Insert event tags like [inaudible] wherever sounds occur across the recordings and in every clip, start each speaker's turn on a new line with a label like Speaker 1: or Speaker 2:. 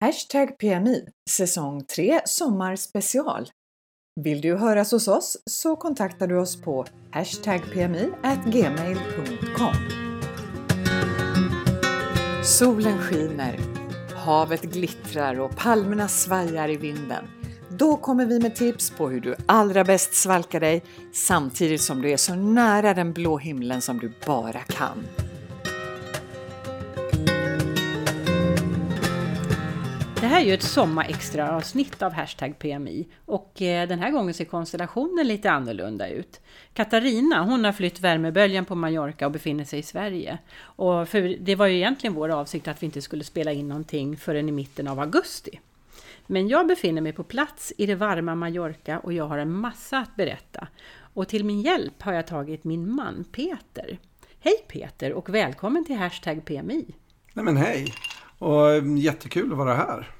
Speaker 1: Hashtag PMI säsong 3 sommarspecial. Vill du höras hos oss så kontaktar du oss på hashtag PMI gmail.com. Solen skiner, havet glittrar och palmerna svajar i vinden. Då kommer vi med tips på hur du allra bäst svalkar dig samtidigt som du är så nära den blå himlen som du bara kan.
Speaker 2: Det här är ju ett sommarextra avsnitt av Hashtag PMI och eh, den här gången ser konstellationen lite annorlunda ut. Katarina hon har flytt värmeböljan på Mallorca och befinner sig i Sverige. Och för det var ju egentligen vår avsikt att vi inte skulle spela in någonting förrän i mitten av augusti. Men jag befinner mig på plats i det varma Mallorca och jag har en massa att berätta. Och till min hjälp har jag tagit min man Peter. Hej Peter och välkommen till Hashtag PMI!
Speaker 3: Nej men hej! Och mm, jättekul att vara här.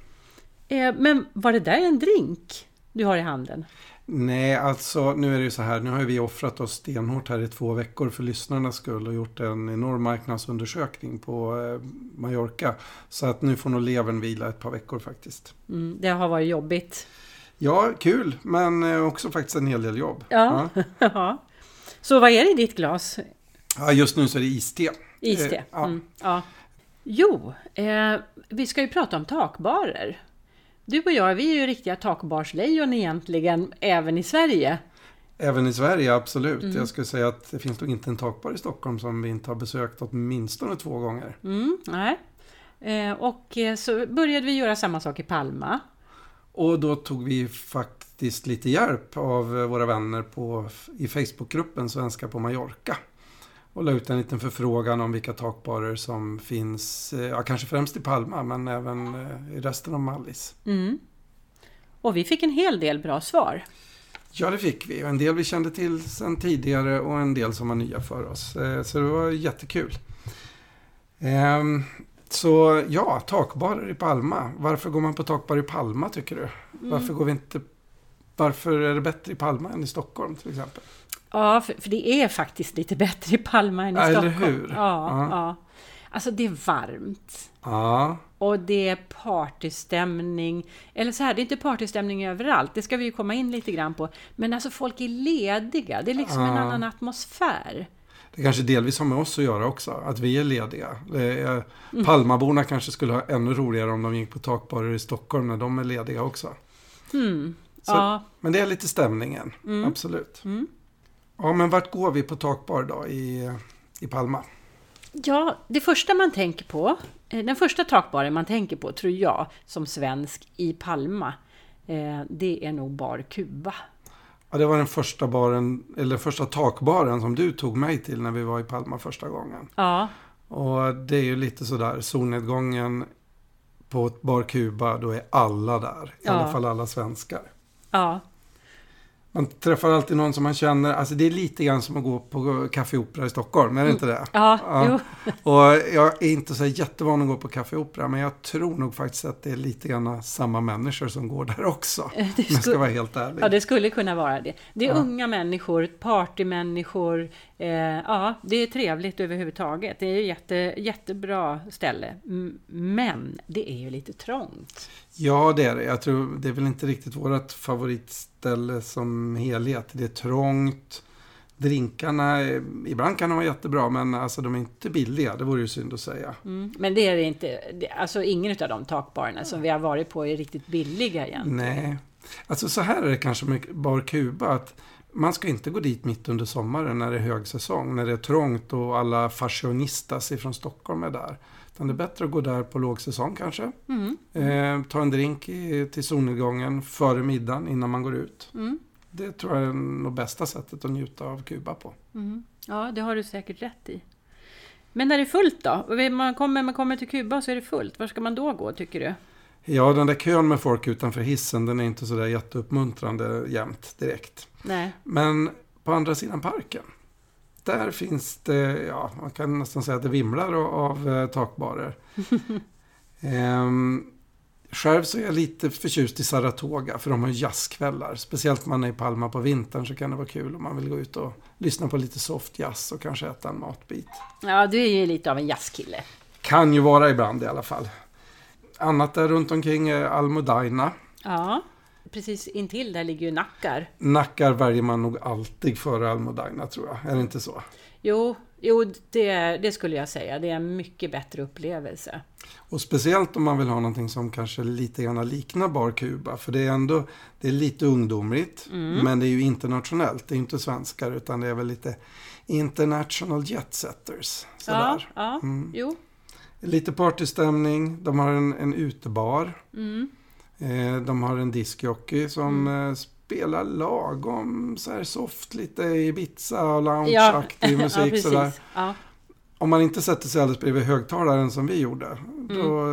Speaker 2: Eh, Men var det där en drink du har i handen?
Speaker 3: Nej, alltså nu är det ju så här. Nu har ju vi offrat oss stenhårt här i två veckor för lyssnarnas skull och gjort en enorm marknadsundersökning på eh, Mallorca. Så att nu får nog levern vila ett par veckor faktiskt.
Speaker 2: Mm, det har varit jobbigt.
Speaker 3: Ja, kul, men eh, också faktiskt en hel del jobb.
Speaker 2: Ja.
Speaker 3: Ja.
Speaker 2: [laughs] ja. Så vad är det i ditt glas?
Speaker 3: Ja, just nu så är det iste.
Speaker 2: Iste?
Speaker 3: Eh, ja.
Speaker 2: Mm, ja. Jo, eh, vi ska ju prata om takbarer. Du och jag, vi är ju riktiga takbarslejon egentligen, även i Sverige.
Speaker 3: Även i Sverige, absolut.
Speaker 2: Mm.
Speaker 3: Jag skulle säga att det finns nog inte en takbar i Stockholm som vi inte har besökt åtminstone två gånger.
Speaker 2: Mm, nej. Eh, och eh, så började vi göra samma sak i Palma.
Speaker 3: Och då tog vi faktiskt lite hjälp av eh, våra vänner på, i Facebookgruppen Svenska på Mallorca. Och la ut en liten förfrågan om vilka takbarer som finns, eh, ja kanske främst i Palma men även eh, i resten av Mallis.
Speaker 2: Mm. Och vi fick en hel del bra svar.
Speaker 3: Ja det fick vi, och en del vi kände till sedan tidigare och en del som var nya för oss. Eh, Så det var jättekul. Ehm, Så ja, takbarer i Palma. Varför går man på takbar i Palma tycker du? Varför går vi inte... Varför är det bättre i Palma än i Stockholm till exempel?
Speaker 2: Ja, för, för det är faktiskt lite bättre i Palma än i
Speaker 3: Ja, eller
Speaker 2: Stockholm.
Speaker 3: hur?
Speaker 2: Ja,
Speaker 3: Ja.
Speaker 2: ja. Alltså det är varmt.
Speaker 3: Ja,
Speaker 2: Och det är partystämning. Eller så här, det är inte partystämning överallt. Det ska vi ju komma in lite grann på. Men alltså folk är lediga. Det är liksom en
Speaker 3: Ja.
Speaker 2: annan atmosfär.
Speaker 3: det kanske delvis har med oss att göra också, att vi är lediga. Det är- Palmaborna kanske skulle ha ännu roligare om de gick på takbarer i Stockholm när de är lediga också.
Speaker 2: Mm.
Speaker 3: Så-
Speaker 2: Ja,
Speaker 3: Men det är lite stämningen, absolut. Ja, men vart går vi på takbar då i, i Palma?
Speaker 2: ja, det första man tänker på, eh, den första takbaren man tänker på tror jag som svensk i Palma, eh, det är nog Bar Kuba.
Speaker 3: Ja, det var den första, baren, eller den första takbaren som du tog mig till när vi var i Palma första gången.
Speaker 2: Ja,
Speaker 3: Och det är ju lite sådär, solnedgången på ett Bar Kuba, då är alla där. I
Speaker 2: Ja.
Speaker 3: alla fall alla svenskar.
Speaker 2: ja,
Speaker 3: Man träffar alltid någon som man känner. Alltså det är lite grann som att gå på Café Opera i Stockholm, är det inte det?
Speaker 2: ja, jo.
Speaker 3: Och jag är inte så jättevan att gå på Café Opera, men jag tror nog faktiskt att det är lite grann samma människor som går där också. Om
Speaker 2: Eh, Det
Speaker 3: jag
Speaker 2: skulle-
Speaker 3: ska vara helt ärlig.
Speaker 2: Ja, det skulle kunna vara det. Det är
Speaker 3: Ja.
Speaker 2: unga människor, partymänniskor. Eh, ja, det är trevligt överhuvudtaget. Det är ju jätte, jättebra ställe. M- Men det är ju lite trångt.
Speaker 3: Ja, det är det. Jag tror, det är väl inte riktigt vårt favoritställe som helhet. Det är trångt. Drinkarna, eh, ibland kan de vara jättebra, men alltså de är inte billiga. Det vore ju synd att säga.
Speaker 2: Mm. Men det är det inte. Det, alltså ingen av de takbarerna som vi har varit på är riktigt billiga igen.
Speaker 3: Nej, alltså så här är det kanske med Bar Kuba. Att man ska inte gå dit mitt under sommaren när det är högsäsong, när det är trångt och alla fashionistas ifrån Stockholm är där. Utan det är bättre att gå där på lågsäsong kanske.
Speaker 2: Mm.
Speaker 3: Eh, ta en drink i, till solnedgången före middagen innan man går ut.
Speaker 2: Mm.
Speaker 3: Det tror jag är nog bästa sättet att njuta av Kuba på.
Speaker 2: Mm. Ja, det har du säkert rätt i. Men när det är fullt då? Man kommer, man kommer till Kuba så är det fullt. Var ska man då gå tycker du?
Speaker 3: Ja, den där kön med folk utanför hissen den är inte sådär jätteuppmuntrande jämt direkt.
Speaker 2: Nej.
Speaker 3: Men på andra sidan parken, där finns det, ja, man kan nästan säga att det vimlar av, av eh, takbarer. ehm, själv så är jag lite förtjust i Saratoga, för de har ju jazzkvällar. Speciellt om man är i Palma på vintern så kan det vara kul om man vill gå ut och lyssna på lite soft jazz och kanske äta en matbit.
Speaker 2: Ja, du är ju lite av en jazzkille.
Speaker 3: Kan ju vara ibland i alla fall. annat där runt omkring är Almudaina.
Speaker 2: Ja, precis intill där ligger ju Nackar.
Speaker 3: Nackar väljer man nog alltid före Almudaina tror jag, är det inte så?
Speaker 2: Jo, jo det, det skulle jag säga. Det är en mycket bättre upplevelse.
Speaker 3: Och speciellt om man vill ha någonting som kanske lite grann liknar Bar Kuba. För det är ändå det är lite ungdomligt.
Speaker 2: Mm.
Speaker 3: Men det är ju internationellt. Det är ju inte svenskar utan det är väl lite international jetsetters.
Speaker 2: Ja,
Speaker 3: Sådär.
Speaker 2: ja, jo.
Speaker 3: Lite partystämning. De har en, en utebar.
Speaker 2: Mm.
Speaker 3: Eh, de har en discjockey som eh, spelar lagom så här soft. Lite Ibiza och loungeaktig
Speaker 2: ja, [laughs]
Speaker 3: musik.
Speaker 2: precis.
Speaker 3: sådär.
Speaker 2: Ja.
Speaker 3: Om man inte sätter sig alldeles bredvid högtalaren som vi gjorde, då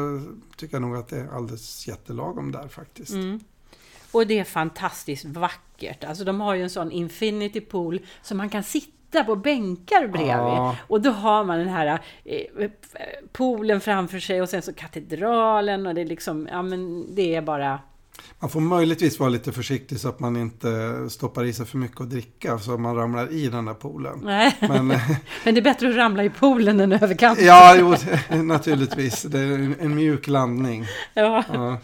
Speaker 3: tycker jag nog att det är alldeles jättelagom där faktiskt.
Speaker 2: Och det är fantastiskt vackert. Alltså de har ju en sån infinity pool som man kan sitta på bänkar bredvid.
Speaker 3: Ja.
Speaker 2: Och då har man den här eh, poolen framför sig och sen så katedralen och det är liksom, ja men det är bara [laughs]
Speaker 3: Man får möjligtvis vara lite försiktig så att man inte stoppar i sig för mycket att dricka så man ramlar i den där poolen.
Speaker 2: Nej.
Speaker 3: Men, [laughs]
Speaker 2: Men det är bättre att ramla i poolen än över kanten.
Speaker 3: ja, jo, [laughs] naturligtvis. Det är en, en mjuk landning.
Speaker 2: Ja.
Speaker 3: Ja.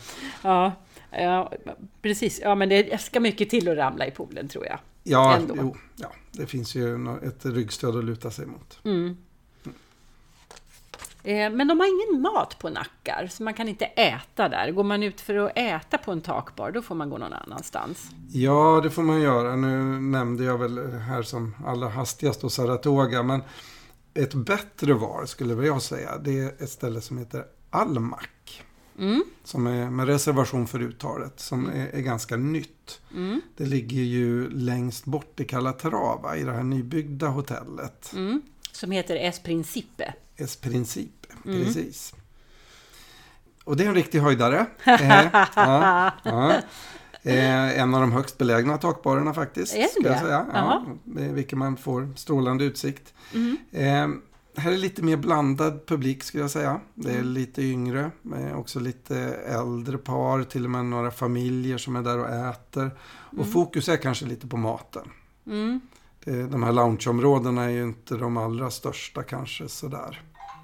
Speaker 2: Ja. ja, precis. Ja, men det ska mycket till att ramla i poolen tror jag.
Speaker 3: Ja,
Speaker 2: Ändå.
Speaker 3: jo, ja, det finns ju nå- ett ryggstöd att luta sig mot.
Speaker 2: Mm. Eh, Men de har ingen mat på Nackar, så man kan inte äta där. Går man ut för att äta på en takbar, då får man gå någon annanstans.
Speaker 3: Ja, det får man göra. Nu nämnde jag väl här som allra hastigast och Saratoga, men ett bättre var skulle väl jag säga, det är ett ställe som heter Almac.
Speaker 2: Mm.
Speaker 3: Som är med reservation för uttalet, som är, är ganska nytt.
Speaker 2: Mm.
Speaker 3: Det ligger ju längst bort i Calatrava, i det här nybyggda hotellet.
Speaker 2: Mm. Som heter Es Principe.
Speaker 3: Es Principe, precis. Och det är en riktig höjdare. Eh,
Speaker 2: Ah,
Speaker 3: ja, ja. Eh, en av de högst belägna takbarerna faktiskt.
Speaker 2: Är den
Speaker 3: ska jag
Speaker 2: det?
Speaker 3: säga. Ja,
Speaker 2: Jaha.
Speaker 3: eh, vilken man får strålande utsikt.
Speaker 2: Mm.
Speaker 3: Eh, här är lite mer blandad publik skulle jag säga. Det är lite yngre, men också lite äldre par, till och med några familjer som är där och äter. Och fokus är kanske lite på maten.
Speaker 2: Mm.
Speaker 3: Det- De här loungeområdena är ju inte de allra största kanske sådär.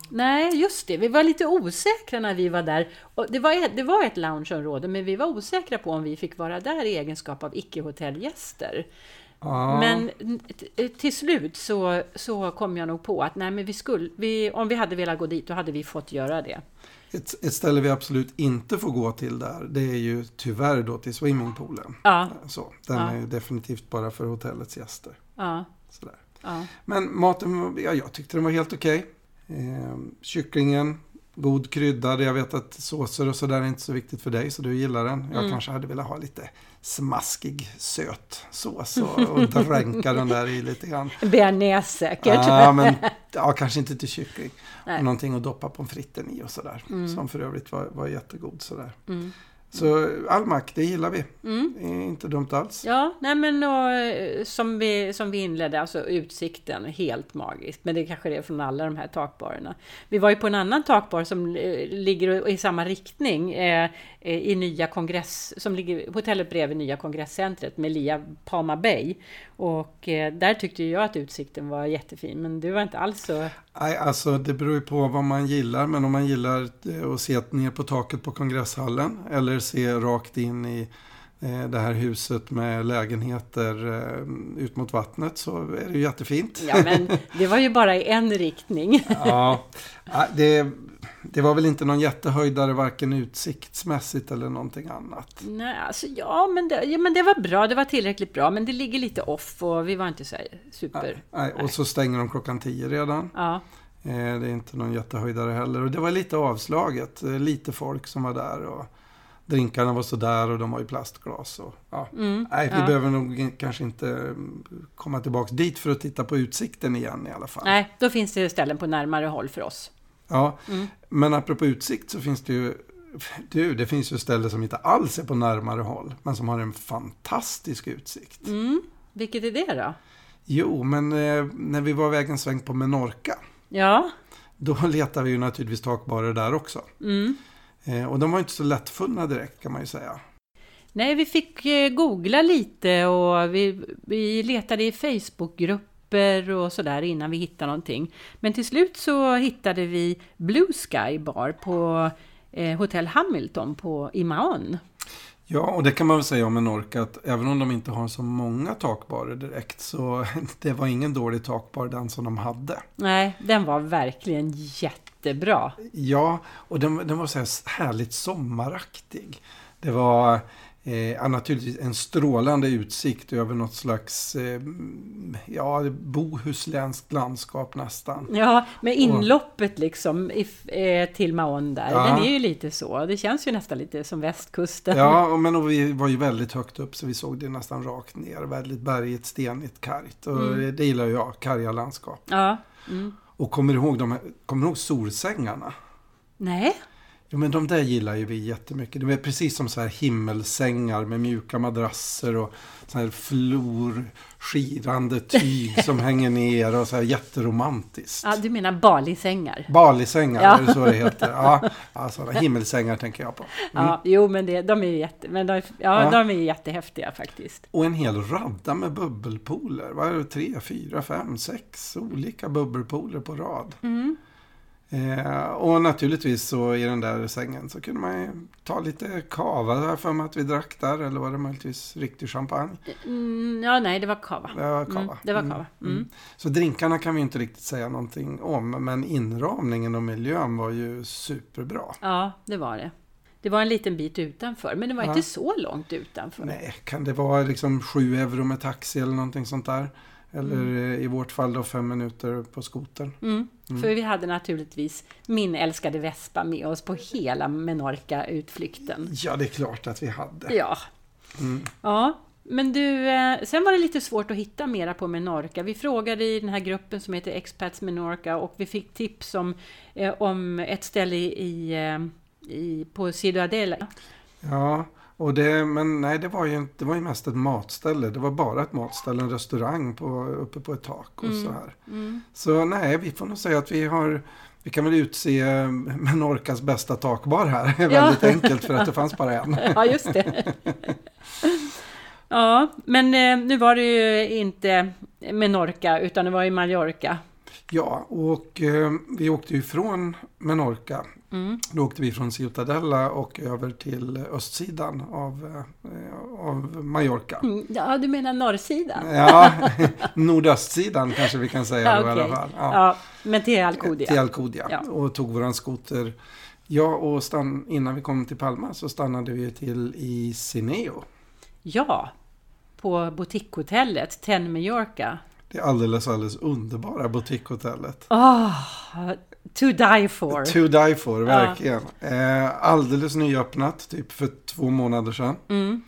Speaker 2: Nej, just det. Vi var lite osäkra när vi var där. Och det, var ett, det var ett loungeområde, men vi var osäkra på om vi fick vara där i egenskap av icke-hotellgäster.
Speaker 3: Ja.
Speaker 2: Men t- eh, till slut så, så kom jag nog på att nej, men vi skulle, vi, om vi hade velat gå dit, då hade vi fått göra det.
Speaker 3: Ett, ett ställe vi absolut inte får gå till där, det är ju tyvärr då till swimmingpoolen.
Speaker 2: Ja,
Speaker 3: Så, den
Speaker 2: Ja.
Speaker 3: är ju definitivt bara för hotellets gäster.
Speaker 2: ja,
Speaker 3: Sådär.
Speaker 2: ja.
Speaker 3: Men maten, ja, jag tyckte den var helt okej. Eh, kycklingen, god krydda. Jag vet att såser och sådär är inte så viktigt för dig, så du gillar den. Jag
Speaker 2: Mm.
Speaker 3: kanske hade velat ha lite smaskig, söt
Speaker 2: [laughs]
Speaker 3: sås och, och dränka den där i lite grann.
Speaker 2: Bearnaise säkert. [laughs]
Speaker 3: Ja, men, ja, kanske inte till kyckling.
Speaker 2: Nej.
Speaker 3: Någonting att doppa pommes fritesen i och sådär. Som för övrigt var, var jättegod sådär.
Speaker 2: Mm.
Speaker 3: Så Almac, det gillar vi.
Speaker 2: Mm.
Speaker 3: Det är inte dumt alls.
Speaker 2: Ja, nej men och, eh, som, vi, som vi inledde, alltså utsikten, helt magisk. Men det kanske det är från alla de här takbarerna. Vi var ju på en annan takbar som eh, ligger i samma riktning, eh, eh, i nya kongress, som ligger, hotellet bredvid nya kongresscentret, Melia Palma Bay. Och eh, där tyckte ju jag att utsikten var jättefin, men du var inte alls så...
Speaker 3: Nej, alltså det beror ju på vad man gillar. Men om man gillar eh, att se ner på taket på kongresshallen. Eller se rakt in i eh, det här huset med lägenheter eh, ut mot vattnet. Så är det ju jättefint.
Speaker 2: Ja, men det var ju bara i en riktning. [laughs]
Speaker 3: Ja, [laughs] ja, det, det var väl inte någon jättehöjdare varken utsiktsmässigt eller någonting annat.
Speaker 2: Nej, alltså ja men, det, ja, men det var bra. Det var tillräckligt bra, men det ligger lite off och vi var inte så här super...
Speaker 3: Nej, och så stänger de klockan tio redan.
Speaker 2: Ja,
Speaker 3: Eh, Det är inte någon jättehöjdare heller. Och det var lite avslaget. Eh, Lite folk som var där. Och drinkarna var sådär och de var i plastglas. Och, ja.
Speaker 2: mm,
Speaker 3: Nej, vi
Speaker 2: ja.
Speaker 3: behöver nog in- kanske inte mm, komma tillbaka dit för att titta på utsikten igen i alla fall.
Speaker 2: Nej, då finns det ställen på närmare håll för oss.
Speaker 3: Ja,
Speaker 2: Mm.
Speaker 3: men apropå utsikt så finns det ju du, det finns ju ställen som inte alls är på närmare håll, men som har en fantastisk utsikt.
Speaker 2: Mm. Vilket är det då?
Speaker 3: Jo, men eh, när vi var iväg en sväng på Menorca,
Speaker 2: Ja,
Speaker 3: då [laughs] letade vi ju naturligtvis takbarer där också.
Speaker 2: mm.
Speaker 3: Eh, och de var ju inte så lättfunna direkt kan man ju säga.
Speaker 2: Nej, vi fick eh, googla lite och vi, vi letade i Facebookgrupper och sådär innan vi hittade någonting. Men till slut så hittade vi Blue Sky Bar på eh, Hotell Hamilton på Imaon.
Speaker 3: Ja, och det kan man väl säga om Menorca att även om de inte har så många takbarer direkt så [laughs] det var ingen dålig takbar den som de hade.
Speaker 2: Nej, den var verkligen jättebra.
Speaker 3: Ja, och den, den var så här härligt sommaraktig. Det var eh, naturligtvis en strålande utsikt över något slags eh, ja, bohusländskt landskap nästan.
Speaker 2: Ja, med inloppet liksom if, eh, till Maon där.
Speaker 3: Ja.
Speaker 2: Den är ju lite så. Det känns ju nästan lite som västkusten. [laughs]
Speaker 3: Ja, och- men och vi var ju väldigt högt upp så vi såg det nästan rakt ner. Väldigt bergigt, stenigt, kargt. Och
Speaker 2: Mm.
Speaker 3: det gillar ju jag, karga landskap.
Speaker 2: Ja. Mm.
Speaker 3: Och kommer du ihåg, de, här- kommer du ihåg solsängarna?
Speaker 2: Nej.
Speaker 3: Jo, men de där gillar ju vi jättemycket. De är precis som så här himmelsängar med mjuka madrasser och så här flor,
Speaker 2: [laughs]
Speaker 3: skirande tyg som hänger ner och så här jätteromantiskt.
Speaker 2: Ja, du menar Balisängar?
Speaker 3: Balisängar,
Speaker 2: Ja.
Speaker 3: är det så det heter? Ja,
Speaker 2: [laughs]
Speaker 3: ja sådana himmelsängar tänker jag på.
Speaker 2: Ja, jo, men det, de är ju jätte, men de, ja,
Speaker 3: Mm. Ja.
Speaker 2: de är ju jättehäftiga faktiskt.
Speaker 3: Och en hel radda med bubbelpooler. Vad är det? Tre, fyra, fem, sex olika bubbelpooler på rad.
Speaker 2: Mm.
Speaker 3: Eh, och naturligtvis så i den där sängen så kunde man ju ta lite kava där för mig att vi drack där. Eller var det möjligtvis riktig champagne?
Speaker 2: Mm, ja, nej, det var kava.
Speaker 3: Det var kava.
Speaker 2: Mm, det var kava. Mm.
Speaker 3: Så drinkarna kan vi inte riktigt säga någonting om. Men inramningen och miljön var ju superbra.
Speaker 2: Ja, det var det. Det var en liten bit utanför, men det var
Speaker 3: Ja.
Speaker 2: inte så långt utanför.
Speaker 3: Nej, kan det vara liksom sju euro med taxi eller någonting sånt där? Eller eh, i vårt fall då fem minuter på skotern.
Speaker 2: Mm. För vi hade naturligtvis min älskade Vespa med oss på hela Menorca-utflykten.
Speaker 3: Ja, det är klart att vi hade.
Speaker 2: [laughs] Ja. ja. Men du, eh, sen var det lite svårt att hitta mera på Menorca. Vi frågade i den här gruppen som heter Expats Menorca och vi fick tips om, eh, om ett ställe i, i, eh, i, på Ciudadela.
Speaker 3: Ja, och det, men nej, det var, ju, inte- det var ju mest ett matställe. Det var bara ett matställe, en restaurang på, uppe på ett tak och
Speaker 2: Mm,
Speaker 3: så här. Så nej, vi får nog säga att vi har, vi kan väl utse eh, Menorcas bästa takbar här. Det är
Speaker 2: Ja.
Speaker 3: väldigt enkelt för att det fanns bara en.
Speaker 2: [laughs] Ja, just det. [laughs] Ja, men eh, nu var det ju inte Menorca utan det var ju Mallorca.
Speaker 3: Ja, och eh, vi åkte ju från Menorca.
Speaker 2: Mm.
Speaker 3: Då åkte vi från Ciutadella och över till östsidan av, eh, av Mallorca.
Speaker 2: Mm, Ja, du menar norrsidan?
Speaker 3: Ja, [laughs] nordöstsidan kanske vi kan säga då, i alla
Speaker 2: okej.
Speaker 3: fall.
Speaker 2: Ja. men till Alcudia.
Speaker 3: Till Alcudia
Speaker 2: Ja.
Speaker 3: och tog våran skoter. Ja, och stann, innan vi kom till Palma så stannade vi till i Cineo.
Speaker 2: Ja, på boutiquehotellet Ten Mallorca.
Speaker 3: Det alldeles, alldeles underbara boutiquehotellet.
Speaker 2: Ah, to die for!
Speaker 3: To die for, verkligen. Eh, alldeles nyöppnat, typ för två månader sedan.
Speaker 2: Mm.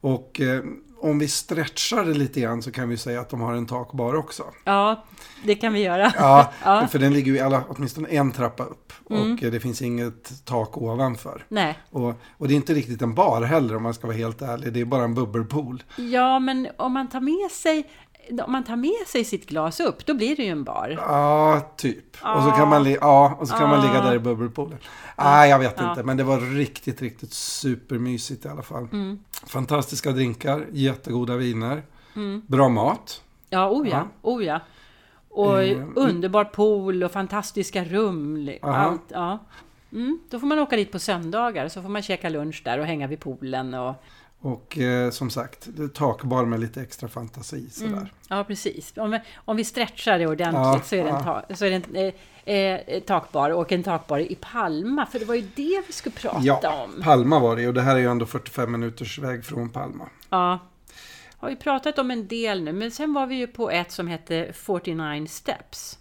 Speaker 3: Och eh, om vi stretchar det lite grann så kan vi säga att de har en takbar också.
Speaker 2: Ja, det kan vi göra.
Speaker 3: Ja,
Speaker 2: Ja. Mm.
Speaker 3: för den ligger ju i alla, åtminstone en trappa upp. Och eh, det finns inget tak ovanför.
Speaker 2: Nej.
Speaker 3: Och, och det är inte riktigt en bar heller om man ska vara helt ärlig. Det är bara en bubbelpool.
Speaker 2: Ja, men om man tar med sig om man tar med sig sitt glas upp, då blir det ju en bar.
Speaker 3: Ja, typ. Och så
Speaker 2: Ah.
Speaker 3: kan man, li- ja, och så kan man ligga
Speaker 2: Ah.
Speaker 3: där i bubbelpoolen. Ah, jag vet
Speaker 2: Ja.
Speaker 3: inte, men det var riktigt, riktigt supermysigt i alla fall.
Speaker 2: Mm.
Speaker 3: Fantastiska drinkar, jättegoda viner,
Speaker 2: Mm.
Speaker 3: bra mat.
Speaker 2: Ja, oh ja.
Speaker 3: Ja.
Speaker 2: Oh ja. Och
Speaker 3: Eh, mm.
Speaker 2: underbar pool och fantastiska rum. li-
Speaker 3: Aha.
Speaker 2: Allt, ja. mm, då får man åka dit på söndagar, så får man käka lunch där och hänga vid poolen. Och,
Speaker 3: Och eh, som sagt, det är takbar med lite extra fantasi. Sådär.
Speaker 2: Ja, precis. Om, om vi stretchar det ordentligt
Speaker 3: Ja,
Speaker 2: så är det, en, ta, så är det en eh, eh, takbar och en takbar i Palma. För det var ju det vi skulle prata
Speaker 3: Ja,
Speaker 2: om.
Speaker 3: Palma var det och det här är ju ändå 45 minuters väg från Palma.
Speaker 2: Ja. Har vi pratat om en del nu, men sen var vi ju på ett som hette 49 Steps.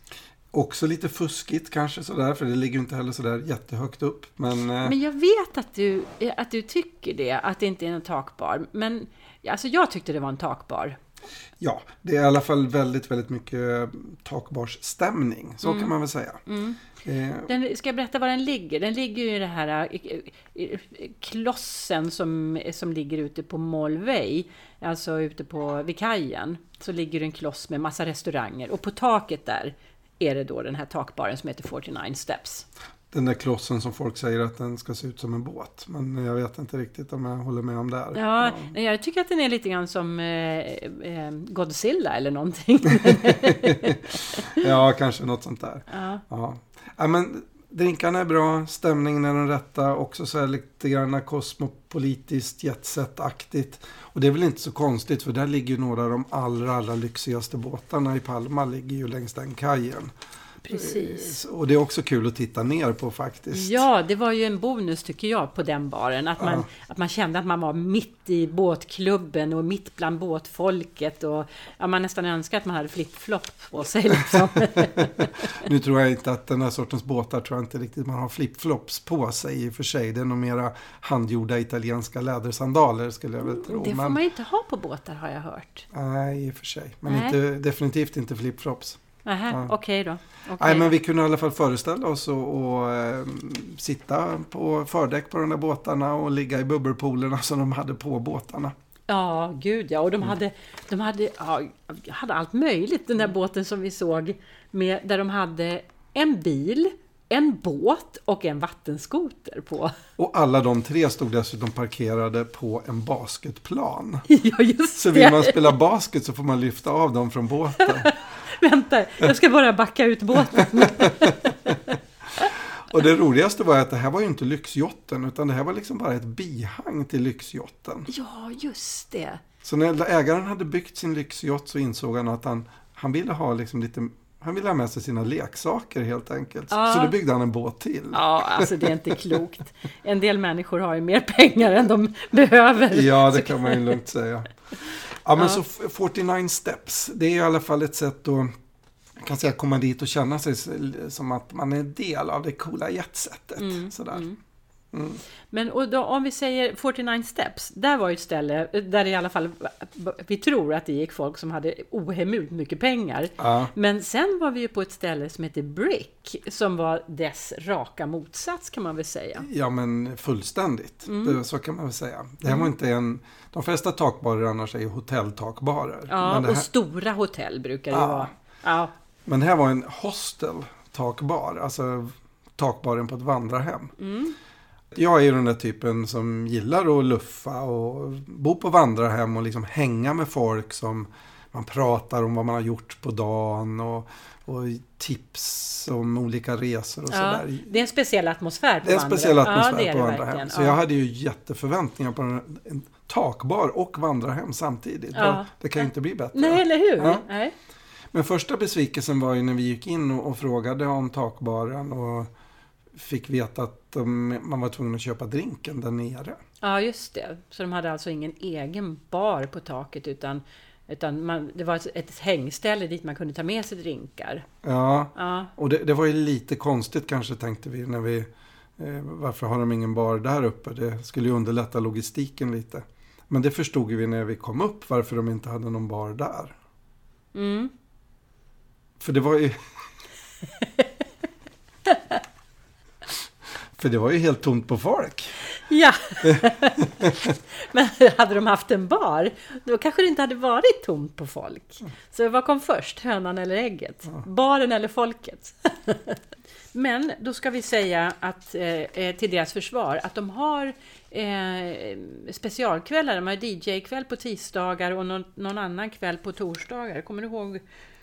Speaker 3: Också lite fuskigt kanske sådär, för det ligger ju inte heller sådär jättehögt upp. Men, eh,
Speaker 2: Men jag vet att du, eh, att du tycker det, att det inte är en takbar. Men alltså, jag tyckte det var en takbar.
Speaker 3: Ja, det är i alla fall väldigt, väldigt mycket eh, takbarsstämning. Så kan man väl säga. Eh,
Speaker 2: Den, ska jag berätta var den ligger? Den ligger ju i det här eh, eh, klossen som, som ligger ute på Molvej, alltså ute på, vid kajen. Så ligger det en kloss med massa restauranger och på taket där är det då den här takbaren som heter 49 Steps.
Speaker 3: den där klossen som folk säger att den ska se ut som en båt. Men jag vet inte riktigt om jag håller med om det. Här.
Speaker 2: Ja, nej, jag tycker att den är lite grann som eh, eh, Godzilla eller
Speaker 3: [laughs]
Speaker 2: någonting.
Speaker 3: ja, kanske något sånt där.
Speaker 2: ja.
Speaker 3: Ja. Ja, men Drinkarna är bra, stämningen är den rätta, också så här lite grann kosmopolitiskt, jetset-aktigt. Och det är väl inte så konstigt för där ligger ju några av de allra, allra lyxigaste båtarna i Palma ligger ju längs den kajen.
Speaker 2: Precis.
Speaker 3: Och det är också kul att titta ner på faktiskt.
Speaker 2: Ja, det var ju en bonus tycker jag på den baren. Att man,
Speaker 3: Ja.
Speaker 2: att man kände att man var mitt i båtklubben och mitt bland båtfolket. Och, ja, man nästan önskar att man hade flip-flop på sig. Liksom.
Speaker 3: [laughs] Nu tror jag inte att den här sortens båtar tror jag inte riktigt man har flipflops på sig i och för sig. Det är nog mera handgjorda italienska lädersandaler skulle jag väl tro.
Speaker 2: Mm, det får
Speaker 3: men,
Speaker 2: man ju inte ha på båtar har jag hört.
Speaker 3: Nej, i och för sig. Men
Speaker 2: Nej.
Speaker 3: Inte, definitivt inte flipflops.
Speaker 2: Nähä,
Speaker 3: Ja.
Speaker 2: okej då. Okej.
Speaker 3: Nej, men vi kunde i alla fall föreställa oss och, och eh, sitta på fördäck på de där båtarna och ligga i bubbelpoolerna som de hade på båtarna.
Speaker 2: Ja, gud ja. Och
Speaker 3: Mm.
Speaker 2: de hade, de hade, ja, hade allt möjligt. Den där
Speaker 3: Mm.
Speaker 2: båten som vi såg, med, där de hade en bil, en båt och en vattenskoter på. [laughs]
Speaker 3: Och alla de tre stod dessutom parkerade på en basketplan.
Speaker 2: Ja, just
Speaker 3: Så vill
Speaker 2: det.
Speaker 3: man spela basket så får man lyfta av dem från båten.
Speaker 2: Vänta, jag ska bara backa ut
Speaker 3: [laughs]
Speaker 2: båten.
Speaker 3: Och det roligaste var ju att det här var ju inte lyxjotten utan det här var liksom bara ett bihang till lyxjotten.
Speaker 2: Ja, just det.
Speaker 3: Så när ägaren hade byggt sin lyxjott så insåg han att han, han ville ha liksom lite han ville ha med sig sina leksaker helt enkelt.
Speaker 2: Ja.
Speaker 3: Så då byggde han en båt till.
Speaker 2: Ja, alltså det är inte klokt. En del människor har ju mer pengar än de behöver.
Speaker 3: Ja, det kan man ju lugnt säga. Ja, men så 49 steps, det är i alla fall ett sätt att jag kan säga, komma dit och känna sig som att man är en del av det coola jetsetet. Sådär.
Speaker 2: Men och då, om vi säger 49 steps, där var ju ett ställe eh, där i alla fall vi tror att det gick folk som hade ohemult mycket pengar.
Speaker 3: Ja.
Speaker 2: Men sen var vi ju på ett ställe som heter Brick, som var dess raka motsats kan man väl säga.
Speaker 3: Ja men fullständigt, det, så kan man väl säga. Det här var inte en, de flesta takbarer annars är ju hotelltakbarer.
Speaker 2: Ja,
Speaker 3: men, det
Speaker 2: och
Speaker 3: här,
Speaker 2: stora hotell brukar det
Speaker 3: Ja.
Speaker 2: ju vara. Ja,
Speaker 3: men det här var en hostel takbar, alltså takbaren på ett vandrarhem.
Speaker 2: Mm.
Speaker 3: Jag är ju den där typen som gillar att luffa och bo på vandrarhem och liksom hänga med folk som man pratar om vad man har gjort på dagen och, och tips om olika resor och
Speaker 2: ja.
Speaker 3: sådär.
Speaker 2: Det är en speciell atmosfär på
Speaker 3: Det är en
Speaker 2: Vandrarhem.
Speaker 3: speciell atmosfär
Speaker 2: ja, det är
Speaker 3: på
Speaker 2: det
Speaker 3: vandrarhem.
Speaker 2: verkligen.
Speaker 3: Så
Speaker 2: ja.
Speaker 3: jag hade ju jätteförväntningar på en, en takbar och vandrarhem samtidigt.
Speaker 2: Ja.
Speaker 3: Och Det kan ju inte bli bättre.
Speaker 2: Nej, eller hur?
Speaker 3: Ja.
Speaker 2: Nej.
Speaker 3: Men första besvikelsen var ju när vi gick in och, och frågade om takbaren och fick veta att de, man var tvungen att köpa drinken där nere.
Speaker 2: Ja, just det. Så de hade alltså ingen egen bar på taket utan, utan man, det var ett- ett hängställe dit man kunde ta med sig drinkar.
Speaker 3: Ja,
Speaker 2: Ja,
Speaker 3: och det, det var ju lite konstigt kanske tänkte vi när vi eh, varför har de ingen bar där uppe? Det skulle ju underlätta logistiken lite. Men det förstod ju vi när vi kom upp varför de inte hade någon bar där.
Speaker 2: mm.
Speaker 3: För det var ju... För det var ju helt tomt på folk.
Speaker 2: ja. [laughs] men hade de haft en bar, då kanske det inte hade varit tomt på folk. Så vad kom först, hönan eller ägget? Baren eller folket? [laughs] Men då ska vi säga att, eh, eh, till deras försvar att de har eh, specialkvällar. De har DJ-kväll på tisdagar och någon, någon annan kväll på torsdagar. Kommer du ihåg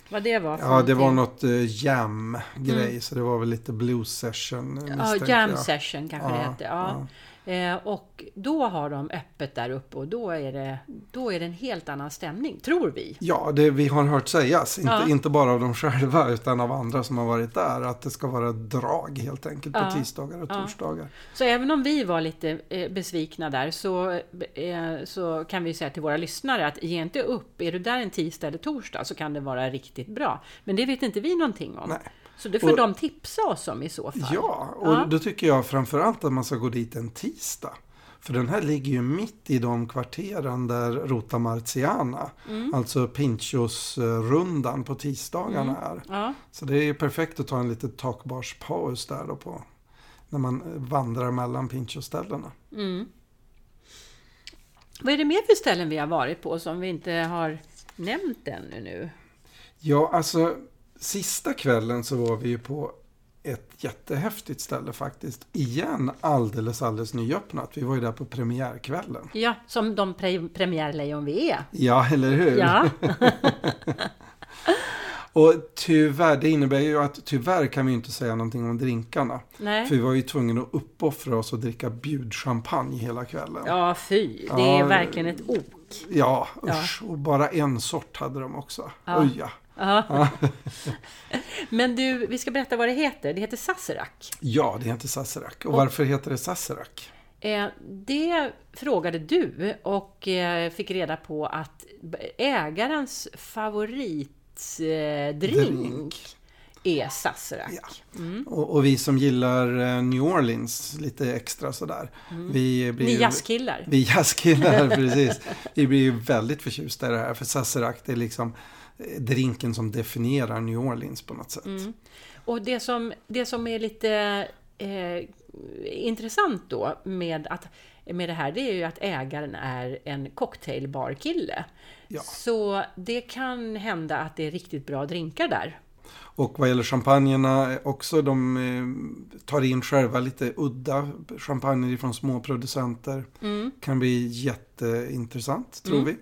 Speaker 2: vad det var? för
Speaker 3: Ja, det var
Speaker 2: någonting?
Speaker 3: något eh, jam-grej, så det var väl lite blues session eh,
Speaker 2: Mm. Ja,
Speaker 3: misstänker
Speaker 2: jam
Speaker 3: jag.
Speaker 2: session kanske det
Speaker 3: Ja,
Speaker 2: hette. Ja. Eh, och då har de öppet där uppe och då är, det, då är det en helt annan stämning, tror vi.
Speaker 3: Ja, det vi har hört sägas, inte,
Speaker 2: Ja.
Speaker 3: inte bara av dem själva utan av andra som har varit där, att det ska vara drag helt enkelt
Speaker 2: Ja.
Speaker 3: på tisdagar och
Speaker 2: Ja.
Speaker 3: torsdagar.
Speaker 2: Så även om vi var lite eh, besvikna där så, eh, så kan vi säga till våra lyssnare att ge inte upp. Är du där en tisdag eller torsdag så kan det vara riktigt bra. Men det vet inte vi någonting om.
Speaker 3: Nej.
Speaker 2: Så det får
Speaker 3: Och-
Speaker 2: de tipsa oss om i så fall.
Speaker 3: Ja, och
Speaker 2: Ja.
Speaker 3: då tycker jag framförallt att man ska gå dit en tisdag. För den här ligger ju mitt i de kvarteren där Rota Marziana,
Speaker 2: Mm.
Speaker 3: alltså Pinchos-rundan på
Speaker 2: Mm.
Speaker 3: tisdagarna är.
Speaker 2: Ja.
Speaker 3: Så det är ju perfekt att ta en liten takbarspaus där då på, när man vandrar mellan Pinchos-ställena.
Speaker 2: Vad är det mer för ställen vi har varit på som vi inte har nämnt ännu nu?
Speaker 3: Ja, alltså sista kvällen så var vi ju på ett jättehäftigt ställe faktiskt. Igen alldeles, alldeles nyöppnat. Vi var ju där på premiärkvällen.
Speaker 2: Ja, som de
Speaker 3: Mm.
Speaker 2: pre- premiärlejon vi är.
Speaker 3: Ja, eller hur?
Speaker 2: Ja,
Speaker 3: Och tyvärr, det innebär ju att tyvärr kan vi ju inte säga någonting om drinkarna.
Speaker 2: Nej.
Speaker 3: För vi var ju tvungna att uppoffra oss och dricka bjudchampagne hela kvällen.
Speaker 2: Ja, fy. Det
Speaker 3: Ja,
Speaker 2: är verkligen ett ok.
Speaker 3: Ja, usch. Och bara en sort hade de också.
Speaker 2: Ja.
Speaker 3: Oj, ja.
Speaker 2: Ja. [laughs] Men du, vi ska berätta vad det heter. Det heter Sazerac.
Speaker 3: ja, det heter Sazerac. Och varför heter det Sazerac?
Speaker 2: Eh, Det frågade du och eh, fick reda på att b- ägarens favoritdrink eh, är Sazerac.
Speaker 3: Ja. Och, och vi som gillar eh, New Orleans lite extra sådär. Vi blir
Speaker 2: Ni
Speaker 3: ju-
Speaker 2: jazzkillar.
Speaker 3: Vi jazzkillar, [laughs] precis. Vi blir ju väldigt förtjusta i det här. För Sazerac, det är liksom eh, drinken som definierar New Orleans på något sätt.
Speaker 2: Och det som, det som är lite eh, intressant då med, att, med det här, det är ju att ägaren är en cocktailbarkille.
Speaker 3: Ja.
Speaker 2: Så det kan hända att det är riktigt bra drinkar där.
Speaker 3: Och vad gäller champagnerna eh, också, de eh, tar in själva lite udda champagner från små producenter.
Speaker 2: Mm.
Speaker 3: Kan bli jätteintressant, tror vi.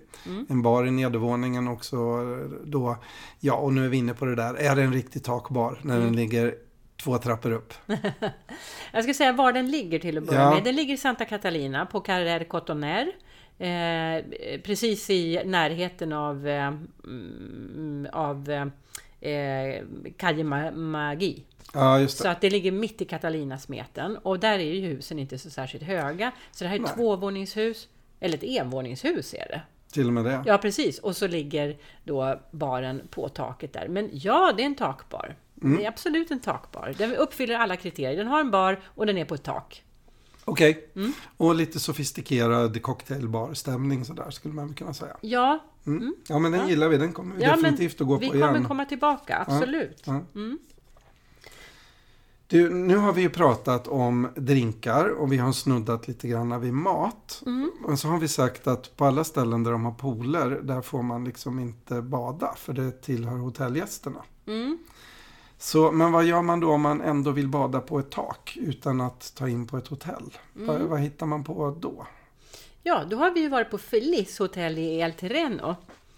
Speaker 3: En bar i nedervåningen också eh, då. Ja, och nu är vi inne på det där. Är det en riktig takbar när
Speaker 2: Mm.
Speaker 3: den ligger två trappor upp?
Speaker 2: Jag ska säga var den ligger till att börja
Speaker 3: Ja.
Speaker 2: med. Den ligger i Santa Catalina på Carrer Cotoner. Eh, precis i närheten av, eh, mm, av eh, Calle Ma- Magi.
Speaker 3: Ja, just
Speaker 2: Så
Speaker 3: det.
Speaker 2: att det ligger mitt i Catalinasmeten och där är ju husen inte så särskilt höga. Så det här är
Speaker 3: Nej.
Speaker 2: ett tvåvåningshus, eller ett envåningshus är det.
Speaker 3: Till och med det.
Speaker 2: Ja precis, och så ligger då baren på taket där. Men ja, det är en takbar.
Speaker 3: Mm.
Speaker 2: Det är absolut en takbar. Den uppfyller alla kriterier. Den har en bar och den är på ett tak.
Speaker 3: Okej.
Speaker 2: Mm.
Speaker 3: Och lite sofistikerad cocktailbarstämning sådär skulle man väl kunna säga.
Speaker 2: Ja,
Speaker 3: Mm. Ja, men den gillar vi. Den kommer vi
Speaker 2: ja
Speaker 3: definitivt att gå
Speaker 2: vi
Speaker 3: på
Speaker 2: kommer
Speaker 3: igen.
Speaker 2: komma tillbaka, absolut.
Speaker 3: Ja. Du, nu har vi ju pratat om drinkar och vi har snuddat lite grann vid mat. Men så har vi sagt att på alla ställen där de har pooler, där får man liksom inte bada för det tillhör hotellgästerna.
Speaker 2: Mm.
Speaker 3: Så, men vad gör man då om man ändå vill bada på ett tak utan att ta in på ett hotell? Vad, vad hittar man på då?
Speaker 2: Ja, då har vi ju varit på Feliz Hotel i El Terreno.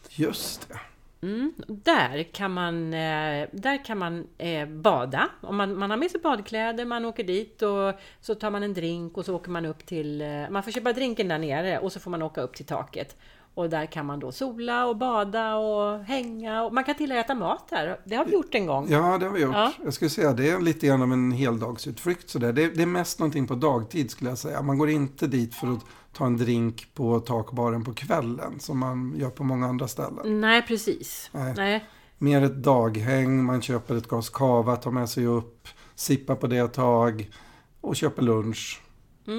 Speaker 3: Just det.
Speaker 2: Mm. Där kan man, eh, där kan man eh, bada. Om man, man har med sig badkläder, man åker dit och så tar man en drink och så åker man upp till... eh, Man får köpa drinken där nere och så får man åka upp till taket. Och där kan man då sola och bada och hänga. Och man kan till och med äta mat där. Det har vi gjort en gång.
Speaker 3: Ja, det har vi gjort.
Speaker 2: Ja.
Speaker 3: Jag skulle säga det är lite grann av en heldagsutflykt. Sådär. Det, det är mest någonting på dagtid skulle jag säga. Man går inte dit för att ta en drink på takbaren på kvällen som man gör på många andra ställen.
Speaker 2: Nej, precis.
Speaker 3: Nej.
Speaker 2: Nej.
Speaker 3: Mer ett daghäng, man köper ett glas cava, tar med sig upp, sippar på det ett tag och köper lunch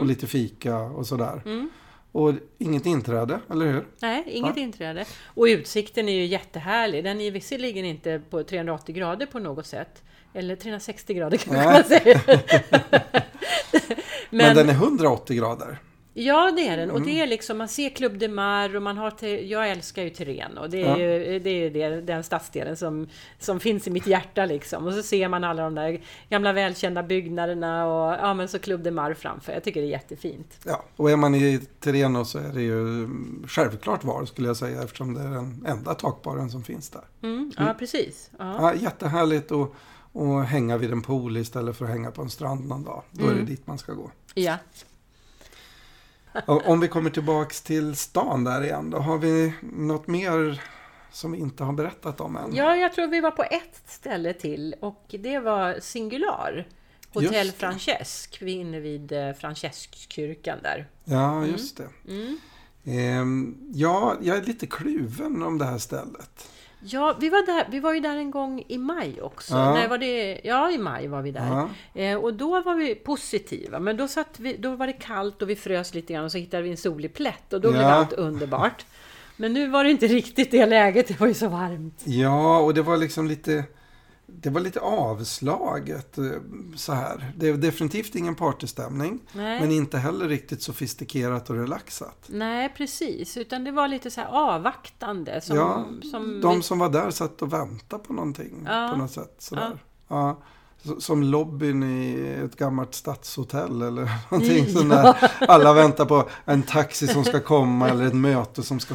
Speaker 3: och lite fika och sådär. Och inget inträde, eller hur?
Speaker 2: Nej, inget inträde. Och utsikten är ju jättehärlig. Den är visserligen inte på 380 grader på något sätt. Eller 360 grader kanske
Speaker 3: Nej.
Speaker 2: man
Speaker 3: [laughs]
Speaker 2: säger.
Speaker 3: Men,
Speaker 2: Men,
Speaker 3: den är Mm. 180 grader.
Speaker 2: ja, det är den. Och det är liksom, man ser Club de Mar och man har... Te- jag älskar ju Tireno. Det är
Speaker 3: Ja.
Speaker 2: ju, det är ju det, den stadsdelen som, som finns i mitt hjärta liksom. Och så ser man alla de där gamla välkända byggnaderna och ja, men så Club de Mar framför. Jag tycker det är jättefint.
Speaker 3: Ja, och är man i Tireno så är det ju mm, självklart var skulle jag säga eftersom det är den enda takbaren som finns där.
Speaker 2: Mm, ja, precis. Ja.
Speaker 3: Ja, jättehärligt att, att hänga vid en pool istället för att hänga på en strand någon dag. Då är det dit man ska gå.
Speaker 2: ja.
Speaker 3: Och Om vi kommer tillbaks till stan där igen, då har vi något mer som vi inte har berättat om än.
Speaker 2: Ja, jag tror vi var på ett ställe till och det var Singular. Hotell
Speaker 3: Just det.
Speaker 2: Francesk, vi är inne vid eh, Franceskkyrkan där.
Speaker 3: Ja, just det. Ehm, ja, jag är lite kluven om det här stället.
Speaker 2: Ja, vi var, där, vi var ju där en gång i maj också.
Speaker 3: Ja.
Speaker 2: Nej, var det, ja, i maj var vi där. Eh, och då var vi positiva, men då, satt vi, då var det kallt och vi frös lite grann och så hittade vi en solig plätt och då blev
Speaker 3: Ja.
Speaker 2: allt underbart. Men nu var det inte riktigt det läget, det var ju så varmt.
Speaker 3: Ja, och det var liksom lite... Det var lite avslaget eh, så här. Det är definitivt ingen partystämning.
Speaker 2: Nej.
Speaker 3: Men inte heller riktigt sofistikerat och relaxat.
Speaker 2: Nej, precis, utan det var lite så här avvaktande. Som,
Speaker 3: ja,
Speaker 2: som
Speaker 3: de
Speaker 2: Mm. vi-
Speaker 3: som var där satt och väntade på någonting
Speaker 2: Ja,
Speaker 3: på något sätt. Sådär. Ja. s- som lobbyn i ett gammalt stadshotell eller [laughs] någonting sånt där. Alla väntar på en taxi som ska komma eller ett möte som ska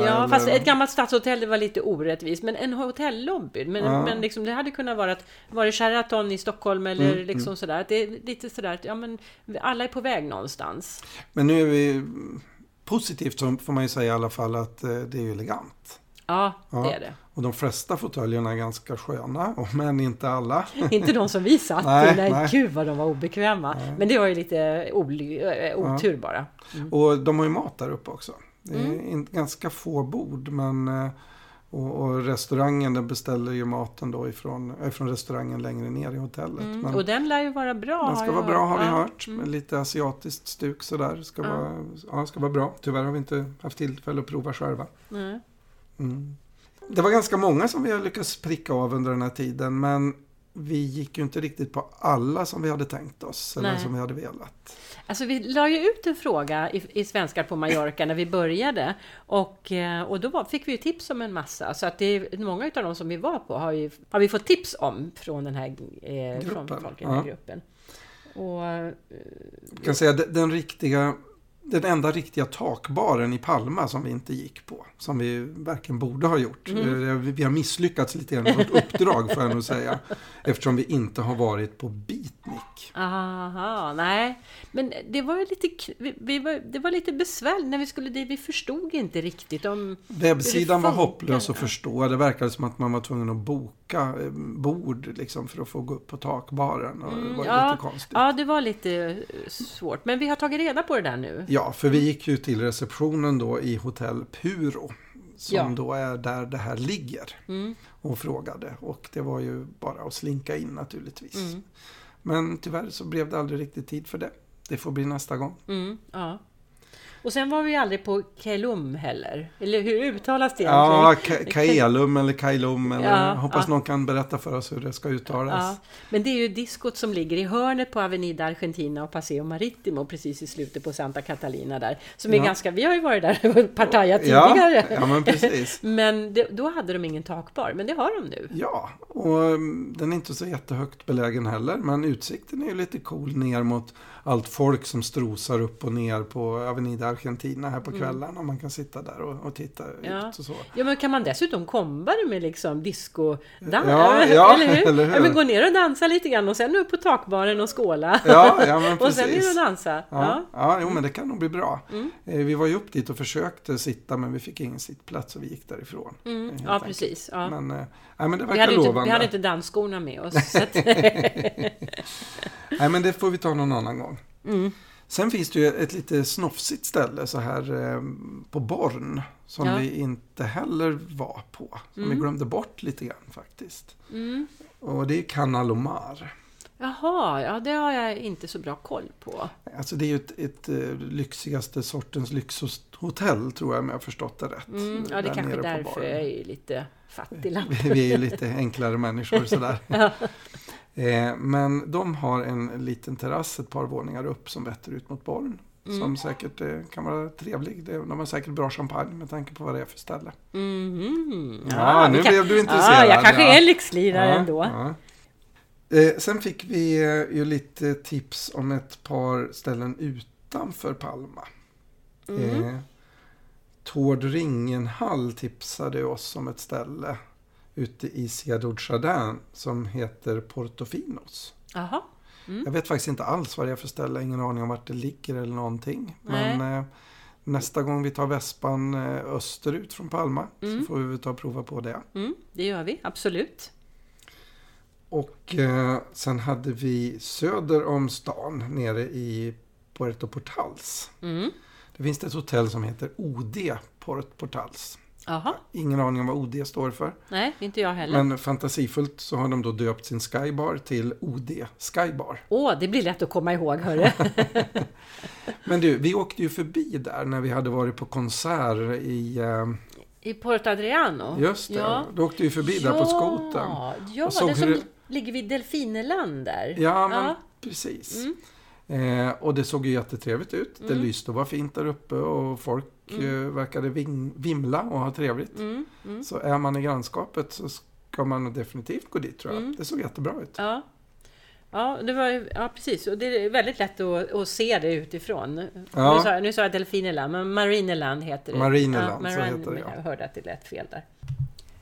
Speaker 2: Ja,
Speaker 3: eller...
Speaker 2: fast ett gammalt stadshotell det var lite orättvist. Men en hotellobby. Men,
Speaker 3: Ja.
Speaker 2: men liksom, det hade kunnat vara att, var det Sheraton i Stockholm eller
Speaker 3: Mm,
Speaker 2: liksom sådär. Att det är lite sådär att ja, men alla är på väg någonstans.
Speaker 3: Men nu är vi positivt så får man ju säga i alla fall att eh, det är ju elegant.
Speaker 2: Ja,
Speaker 3: Ja.
Speaker 2: det är det. [laughs]
Speaker 3: Och de flesta fåtöljerna är ganska sköna, och- men inte alla.
Speaker 2: Inte de som vi satt
Speaker 3: Nej,
Speaker 2: i. Nej,
Speaker 3: nej.
Speaker 2: gud vad de var obekväma. Men det var ju lite oly- eh, otur bara.
Speaker 3: Och de har ju mat där uppe också. Det är
Speaker 2: Mm.
Speaker 3: in- ganska få bord men eh, och, och restaurangen den beställer ju maten då ifrån, eh, från restaurangen längre ner i hotellet. Men
Speaker 2: Mm. Och den lär ju vara bra. har
Speaker 3: den ska
Speaker 2: jag Mm.
Speaker 3: vara bra har vi
Speaker 2: Ja.
Speaker 3: hört. Med lite asiatiskt stuk sådär. Ska,
Speaker 2: Ja.
Speaker 3: vara, ja, ska vara bra. Tyvärr har vi inte haft tillfälle att prova själva.
Speaker 2: Nej.
Speaker 3: Mm. Det var ganska många som vi har lyckats pricka av under den här tiden men vi gick ju inte riktigt på alla som vi hade tänkt oss eller
Speaker 2: Nej.
Speaker 3: som vi hade velat.
Speaker 2: Alltså vi la ju ut en fråga i, i Svenskar på Mallorca när vi började och, eh, och då var, fick vi ju tips om en massa. Så att det är många av de som vi var på har, ju, har vi fått tips om från den här eh,
Speaker 3: Gruppen,
Speaker 2: gruppen. Från folk i den här
Speaker 3: ja.
Speaker 2: gruppen. Och, eh,
Speaker 3: Jag kan säga att den riktiga den enda riktiga takbaren i Palma som vi inte gick på. Som vi verkligen borde ha gjort.
Speaker 2: Mm.
Speaker 3: Eh, Vi har misslyckats lite grann med vårt uppdrag får jag nog säga. Eftersom vi inte har varit på Beatnik.
Speaker 2: aha, nej. Men det var ju lite, k- vi, vi var, det var lite besvärligt när vi skulle dit. Vi förstod inte riktigt om...
Speaker 3: Webbsidan var
Speaker 2: funkar,
Speaker 3: hopplös att
Speaker 2: ja.
Speaker 3: förstå. Det verkade som att man var tvungen att boka eh, bord liksom, för att få gå upp på takbaren. Och det var ju
Speaker 2: Mm, ja,
Speaker 3: lite konstigt.
Speaker 2: ja, det var lite eh, svårt. Men vi har tagit reda på det där nu.
Speaker 3: Ja, för
Speaker 2: Mm.
Speaker 3: vi gick ju till receptionen då i hotell Puro. Som
Speaker 2: Ja.
Speaker 3: då är där det här ligger.
Speaker 2: Mm.
Speaker 3: Och frågade. Och det var ju bara att slinka in naturligtvis.
Speaker 2: Mm.
Speaker 3: Men tyvärr så blev det aldrig riktigt tid för det. Det får bli nästa gång.
Speaker 2: Mm, ja. Och sen var vi ju aldrig på Kelum heller. Eller hur uttalas det
Speaker 3: Ja,
Speaker 2: egentligen?
Speaker 3: Ka- Kaelum eller Kailum. Eller,
Speaker 2: Ja,
Speaker 3: hoppas
Speaker 2: ja.
Speaker 3: någon kan berätta för oss hur det ska uttalas.
Speaker 2: Ja. Men det är ju diskot som ligger i hörnet på Avenida Argentina och Paseo Maritimo precis i slutet på Santa Catalina där. Som är
Speaker 3: Ja.
Speaker 2: ganska, vi har ju varit där och partajat tidigare.
Speaker 3: ja, men precis.
Speaker 2: Men det, då hade de ingen takbar, men det har de nu.
Speaker 3: Ja, och mm, den är inte så jättehögt belägen heller. Men utsikten är ju lite cool ner mot allt folk som strosar upp och ner på Avenida Argentina här på kvällarna. Man kan sitta där och, och titta
Speaker 2: Mm. Ja.
Speaker 3: ut och så.
Speaker 2: Ja men kan man dessutom komba det med liksom disco
Speaker 3: Ja, ja,
Speaker 2: [laughs] eller hur?
Speaker 3: eller hur?
Speaker 2: Ja, men gå ner och dansa lite grann och sen upp på takbaren och skåla.
Speaker 3: Ja, ja men
Speaker 2: [laughs] och sen ner och
Speaker 3: precis.
Speaker 2: dansa. Ja. Mm.
Speaker 3: Ja, ja jo, men det kan nog bli bra. Eh, Vi var ju upp dit och försökte sitta men vi fick ingen sittplats och vi gick därifrån. eh,
Speaker 2: Mm,
Speaker 3: helt
Speaker 2: ja,
Speaker 3: enkelt.
Speaker 2: precis. Ja.
Speaker 3: Men, eh, nej, men det
Speaker 2: Vi
Speaker 3: verkar
Speaker 2: hade, ju inte,
Speaker 3: lovande.
Speaker 2: vi hade inte dansskorna med oss. Så att,
Speaker 3: Nej, men det får vi ta någon annan gång.
Speaker 2: mm.
Speaker 3: Sen finns det ju ett lite snofsigt ställe så här eh, på Born som
Speaker 2: Ja.
Speaker 3: vi inte heller var på. Som vi
Speaker 2: Mm.
Speaker 3: glömde bort lite grann faktiskt.
Speaker 2: Mm.
Speaker 3: Och det är Canalomar.
Speaker 2: Jaha, ja, det har jag inte så bra koll på.
Speaker 3: Alltså det är ju ett, ett eh, lyxigaste sortens lyxhotell tror jag om jag har förstått det rätt.
Speaker 2: Mm, ja, det
Speaker 3: Där
Speaker 2: är kanske
Speaker 3: nere på
Speaker 2: därför
Speaker 3: Born.
Speaker 2: jag är lite fattig.
Speaker 3: [laughs]
Speaker 2: lapp.
Speaker 3: Vi- Vi är ju lite
Speaker 2: [laughs]
Speaker 3: enklare människor sådär. Eh, Men de har en liten terrass ett par våningar upp som vetter ut mot Born.
Speaker 2: Mm.
Speaker 3: Som säkert eh, kan vara trevlig. Det- De har säkert bra champagne med tanke på vad det är för ställe.
Speaker 2: Mhm.
Speaker 3: Ja,
Speaker 2: vi
Speaker 3: nu blev du intresserad,
Speaker 2: Ja, jag kanske
Speaker 3: ja.
Speaker 2: är lyxlirare
Speaker 3: Ja,
Speaker 2: ändå.
Speaker 3: ja. Eh, Sen fick vi eh, ju lite tips om ett par ställen utanför Palma.
Speaker 2: Mm.
Speaker 3: Eh, Tord Ringenhall tipsade oss om ett ställe ute i Ciudad Jardin som heter Portofinos.
Speaker 2: Jaha.
Speaker 3: Jag vet faktiskt inte alls vad det är för ställe, ingen aning om vart det ligger eller någonting.
Speaker 2: Nej.
Speaker 3: Men eh, nästa gång vi tar Vespan eh, österut från Palma
Speaker 2: Mm.
Speaker 3: så får vi väl ta och prova på det.
Speaker 2: Mm, det gör vi, absolut.
Speaker 3: Och eh, sen hade vi söder om stan nere i Puerto Portals.
Speaker 2: Mm.
Speaker 3: Det finns ett hotell som heter OD Puerto Portals.
Speaker 2: Jaha,
Speaker 3: Ingen aning om vad OD står för.
Speaker 2: nej, inte jag heller.
Speaker 3: Men fantasifullt så har de då döpt sin skybar till OD Skybar.
Speaker 2: Åh, det blir lätt att komma ihåg, hörru.
Speaker 3: [laughs] Men du, vi åkte ju förbi där när vi hade varit på konsert i... Eh,
Speaker 2: I Porto Adriano.
Speaker 3: just det,
Speaker 2: Ja.
Speaker 3: då åkte vi förbi där på skoten.
Speaker 2: Ja,
Speaker 3: Och såg
Speaker 2: det
Speaker 3: hur
Speaker 2: som
Speaker 3: det-
Speaker 2: ligger vid Delfineland där.
Speaker 3: Ja, men
Speaker 2: Ja.
Speaker 3: precis.
Speaker 2: Mm.
Speaker 3: Eh, och det såg ju jättetrevligt ut. Det lyste och var fint där uppe och folk eh, verkade ving, vimla och ha trevligt.
Speaker 2: Mm, mm. Mm.
Speaker 3: Så är man i grannskapet så ska man definitivt gå dit tror jag. Det såg jättebra ut.
Speaker 2: Ja, Ja, det var, ju- ja, precis. Och det är väldigt lätt att, att se det utifrån.
Speaker 3: Ja.
Speaker 2: Nu, sa, jag- nu sa jag Delfineland, men Marineland heter det.
Speaker 3: Marineland, så heter det, ja.
Speaker 2: Jag hörde att det lät fel där.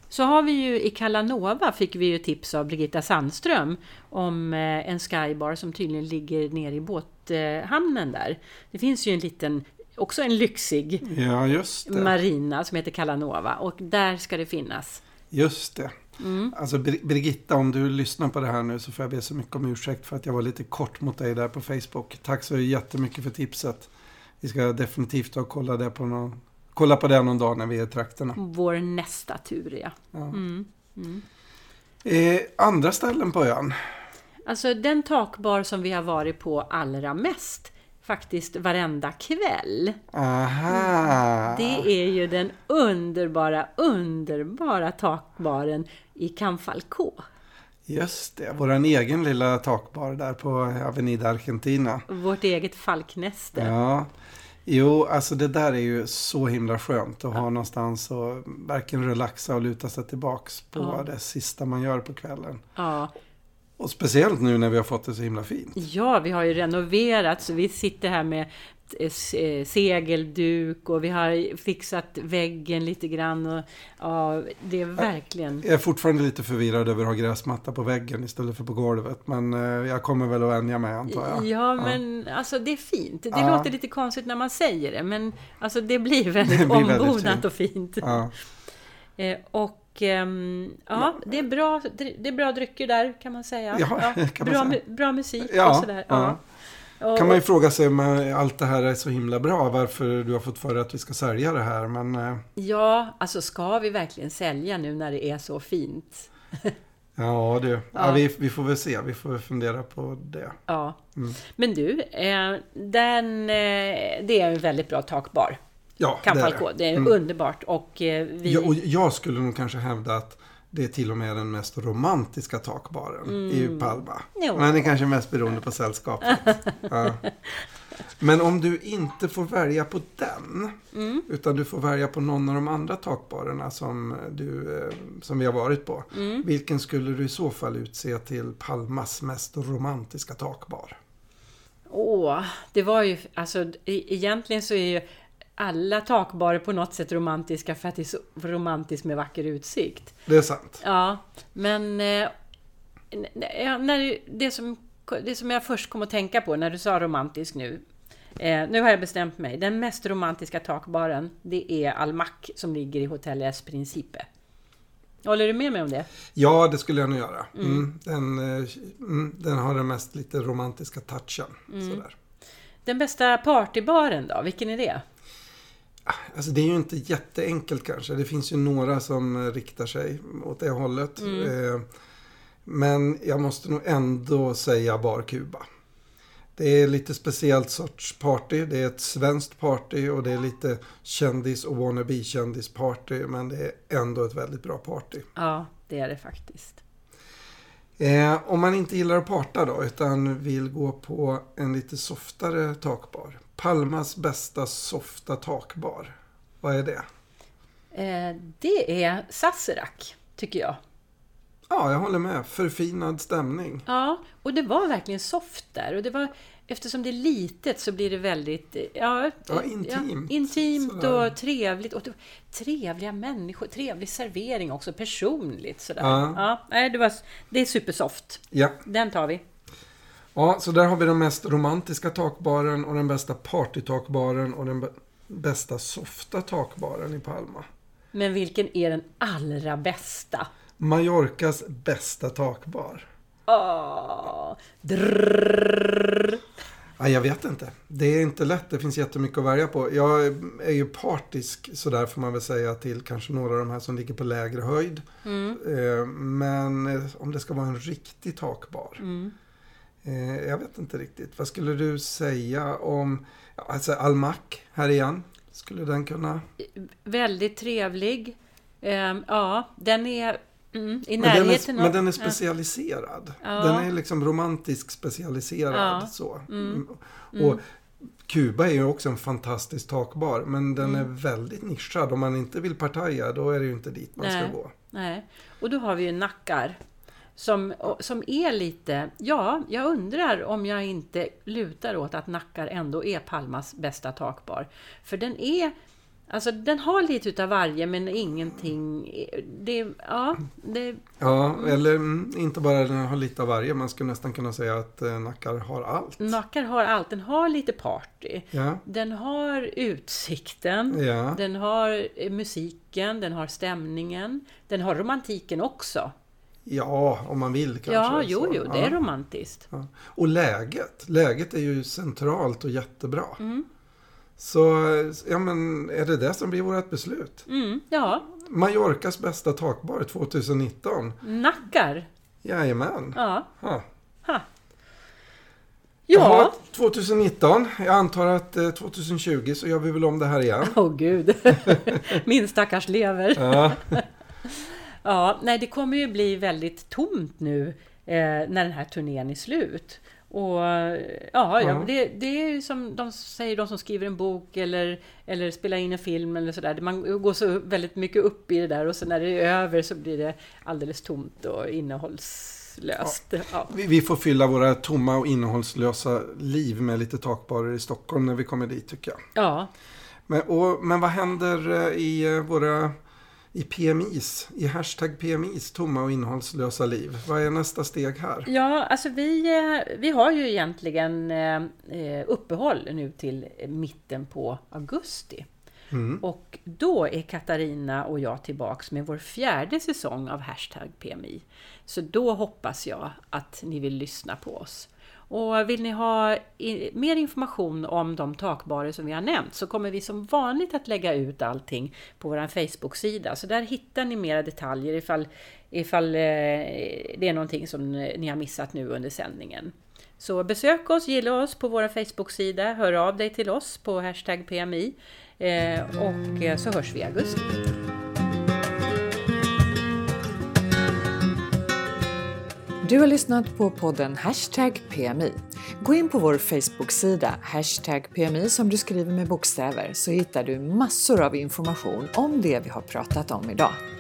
Speaker 2: Så har vi ju i Kalanova fick vi ju tips av Birgitta Sandström om eh, en skybar som tydligen ligger nere i båthamnen där. Det finns ju en liten, också en lyxig
Speaker 3: Ja, just det.
Speaker 2: marina som heter Kalanova och där ska det finnas.
Speaker 3: Just det.
Speaker 2: Mm.
Speaker 3: Alltså Bir- Birgitta, om du lyssnar på det här nu så får jag be så mycket om ursäkt för att jag var lite kort mot dig där på Facebook. Tack så jättemycket för tipset. Vi ska definitivt ta och kolla, det på, någon, kolla på det någon dag när vi är i trakterna.
Speaker 2: Vår nästa tur ja.
Speaker 3: Ja.
Speaker 2: Mm.
Speaker 3: Eh, andra ställen på ön?
Speaker 2: Alltså den takbar som vi har varit på allra mest, faktiskt varenda kväll.
Speaker 3: Aha!
Speaker 2: Mm. Det är ju den underbara, underbara takbaren i Canfalcó.
Speaker 3: Just det, vår egen lilla takbar där på Avenida Argentina.
Speaker 2: Vårt eget falknäste.
Speaker 3: Ja. Jo, alltså det där är ju så himla skönt att ha någonstans och verkligen relaxa och luta sig tillbaks på
Speaker 2: Ja.
Speaker 3: det sista man gör på kvällen.
Speaker 2: Ja.
Speaker 3: Och speciellt nu när vi har fått det så himla fint.
Speaker 2: ja, vi har ju renoverat så vi sitter här med eh, s- eh, segelduk och vi har fixat väggen lite grann. Och, ja, det är verkligen...
Speaker 3: Jag är fortfarande lite förvirrad över att ha gräsmatta på väggen istället för på golvet. Men eh, jag kommer väl att vänja mig antar jag.
Speaker 2: Ja, men alltså det är fint. Det
Speaker 3: Ja.
Speaker 2: låter lite konstigt när man säger det, men alltså det
Speaker 3: [laughs]
Speaker 2: blir väldigt
Speaker 3: Det blir väldigt
Speaker 2: ombonat
Speaker 3: fint.
Speaker 2: och fint.
Speaker 3: Ja.
Speaker 2: Eh, och ehm, ja, det är, bra, det är bra drycker där kan man säga.
Speaker 3: Ja, [laughs] kan man
Speaker 2: bra,
Speaker 3: säga.
Speaker 2: mu- bra musik och
Speaker 3: Ja,
Speaker 2: sådär.
Speaker 3: ja.
Speaker 2: Ja. Och,
Speaker 3: Kan man ju fråga sig om eh, allt det här är så himla bra. Varför du har fått för dig att vi ska sälja det här. Men eh,
Speaker 2: ja, alltså ska vi verkligen sälja nu när det är så fint?
Speaker 3: ja du, ja.
Speaker 2: Ja.
Speaker 3: vi, vi får väl se. Vi får väl fundera på det.
Speaker 2: Ja.
Speaker 3: Mm.
Speaker 2: Men du, eh, den, eh, det är en väldigt bra takbar.
Speaker 3: Ja, det är
Speaker 2: Kampalkå,
Speaker 3: det.
Speaker 2: det är
Speaker 3: Mm.
Speaker 2: underbart. Och eh, vi...
Speaker 3: Ja, och jag skulle nog kanske hävda att det är till och med den mest romantiska takbaren i Palma.
Speaker 2: Mm. Jo.
Speaker 3: Men det är kanske mest beroende på sällskapet.
Speaker 2: [laughs]
Speaker 3: ja. Men om du inte får välja på den,
Speaker 2: Mm.
Speaker 3: utan du får välja på någon av de andra takbarerna som, du, eh, som vi har varit på.
Speaker 2: Mm.
Speaker 3: Vilken skulle du i så fall utse till Palmas mest romantiska takbar?
Speaker 2: Åh, det var ju, alltså e- egentligen så är ju alla takbarer på något sätt romantiska för att det är så romantiskt med vacker utsikt.
Speaker 3: Det är sant.
Speaker 2: Ja, men eh, n- n- ja, när, det, som, det som jag först kom att tänka på när du sa romantisk nu. Eh, nu har jag bestämt mig. Den mest romantiska takbaren, det är Almac som ligger i Hotel Es Principe. Håller du med mig om det?
Speaker 3: Ja, det skulle jag nog göra. Mm. Den, eh, mm, den har den mest lite romantiska touchen. Sådär.
Speaker 2: Den bästa partybaren då, vilken är det?
Speaker 3: Alltså det är ju inte jätteenkelt kanske. Det finns ju några som eh, riktar sig åt det hållet. Eh, Men jag måste nog ändå säga Bar Kuba. Det är lite speciellt sorts party. Det är ett svenskt party och det är lite kändis och wannabe-kändisparty. Men det är ändå ett väldigt bra party.
Speaker 2: Ja, det är det faktiskt.
Speaker 3: Eh, om man inte gillar att parta då, utan vill gå på en lite softare takbar. Palmas bästa softa takbar. Vad är det?
Speaker 2: Eh, det är Sazerac, tycker jag.
Speaker 3: Ja, jag håller med. Förfinad stämning.
Speaker 2: Ja, och det var verkligen soft där. Och det var, eftersom det är litet så blir det väldigt eh, ja,
Speaker 3: Ja,
Speaker 2: eh,
Speaker 3: intimt.
Speaker 2: Ja, intimt
Speaker 3: Sådär.
Speaker 2: och trevligt. Och det, trevliga människor, trevlig servering också, personligt. Sådär.
Speaker 3: Ja.
Speaker 2: Ja, nej, det, var, det är supersoft.
Speaker 3: Ja.
Speaker 2: Den tar vi.
Speaker 3: ja, så där har vi den mest romantiska takbaren och den bästa partytakbaren och den b- bästa softa takbaren i Palma.
Speaker 2: Men vilken är den allra bästa?
Speaker 3: Mallorcas bästa takbar.
Speaker 2: Åh, drrrr.
Speaker 3: Ja, jag vet inte. Det är inte lätt. Det finns jättemycket att välja på. Jag är ju partisk sådär får man väl säga till kanske några av de här som ligger på lägre höjd. Eh, Men eh, om det ska vara en riktig takbar. Eh, Jag vet inte riktigt. Vad skulle du säga om ja, alltså Almac här igen? Skulle den kunna...
Speaker 2: Väldigt trevlig. Ehm, ja, den är mm, i
Speaker 3: Men den, är,
Speaker 2: närheten av...
Speaker 3: men den är specialiserad.
Speaker 2: Ja.
Speaker 3: Den är liksom romantisk specialiserad.
Speaker 2: Ja.
Speaker 3: Så. Mm. Och Kuba är ju också en fantastisk takbar. Men den
Speaker 2: Mm.
Speaker 3: är väldigt nischad. Om man inte vill partaja då är det ju inte dit man
Speaker 2: Nej.
Speaker 3: ska gå.
Speaker 2: Nej. Och då har vi ju Nackar. Som, och- som är lite, ja, jag undrar om jag inte lutar åt att Nackar ändå är Palmas bästa takbar. För den är, alltså den har lite utav varje men ingenting, eh, det, ja, det,
Speaker 3: Ja, eller mm, inte bara den har lite av varje. Man skulle nästan kunna säga att eh, Nackar har allt.
Speaker 2: Nackar har allt, den har lite party.
Speaker 3: Ja,
Speaker 2: Den har utsikten,
Speaker 3: ja.
Speaker 2: den har eh, musiken, den har stämningen, den har romantiken också.
Speaker 3: ja om man vill kanske.
Speaker 2: ja,
Speaker 3: så.
Speaker 2: jo, jo, det
Speaker 3: Ja.
Speaker 2: är romantiskt.
Speaker 3: Ja. Och läget. Läget är ju centralt och jättebra.
Speaker 2: Mm.
Speaker 3: Så ja, men är det det som blir vårt beslut?
Speaker 2: Mm, ja,
Speaker 3: Mallorcas bästa takbar 2019.
Speaker 2: Nackar.
Speaker 3: Jajamän.
Speaker 2: Ja.
Speaker 3: Ha.
Speaker 2: Ha.
Speaker 3: Jaha,
Speaker 2: Ja.
Speaker 3: 2019. Jag antar att eh, 2020 så gör vi väl om det här igen. [laughs]
Speaker 2: Åh gud. Min stackars lever.
Speaker 3: Ja,
Speaker 2: [laughs] Ja, nej, det kommer ju bli väldigt tomt nu eh, när den här turnén är slut. Och ja, ja,
Speaker 3: Ja.
Speaker 2: Det, det är ju som de säger, de som skriver en bok eller, eller spelar in en film eller sådär. Man går så väldigt mycket upp i det där och sen när det är över så blir det alldeles tomt och innehållslöst. Ja.
Speaker 3: vi, vi får fylla våra tomma och innehållslösa liv med lite takbarer i Stockholm när vi kommer dit tycker jag.
Speaker 2: ja.
Speaker 3: Men, och, men vad händer eh, i eh, våra i PMIs, i hashtag PMIs tomma och innehållslösa liv? Vad är nästa steg här?
Speaker 2: Ja, alltså vi, eh, vi har ju egentligen eh, eh, uppehåll nu till mitten på augusti. Och då är Katarina och jag tillbaks med vår fjärde säsong av Hashtag PMI. Så då hoppas jag att ni vill lyssna på oss. Och vill ni ha i, mer information om de takbarer som vi har nämnt så kommer vi som vanligt att lägga ut allting på vår Facebook-sida. Så där hittar ni mera detaljer ifall, ifall eh, det är någonting som ni har missat nu under sändningen. Så besök oss, gilla oss på vår Facebook-sida, hör av dig till oss på hashtag PMI eh, och eh, så hörs vi i augusti.
Speaker 1: Du har lyssnat på podden Hashtag PMI. Gå in på vår Facebook-sida hashtag PMI som du skriver med bokstäver så hittar du massor av information om det vi har pratat om idag.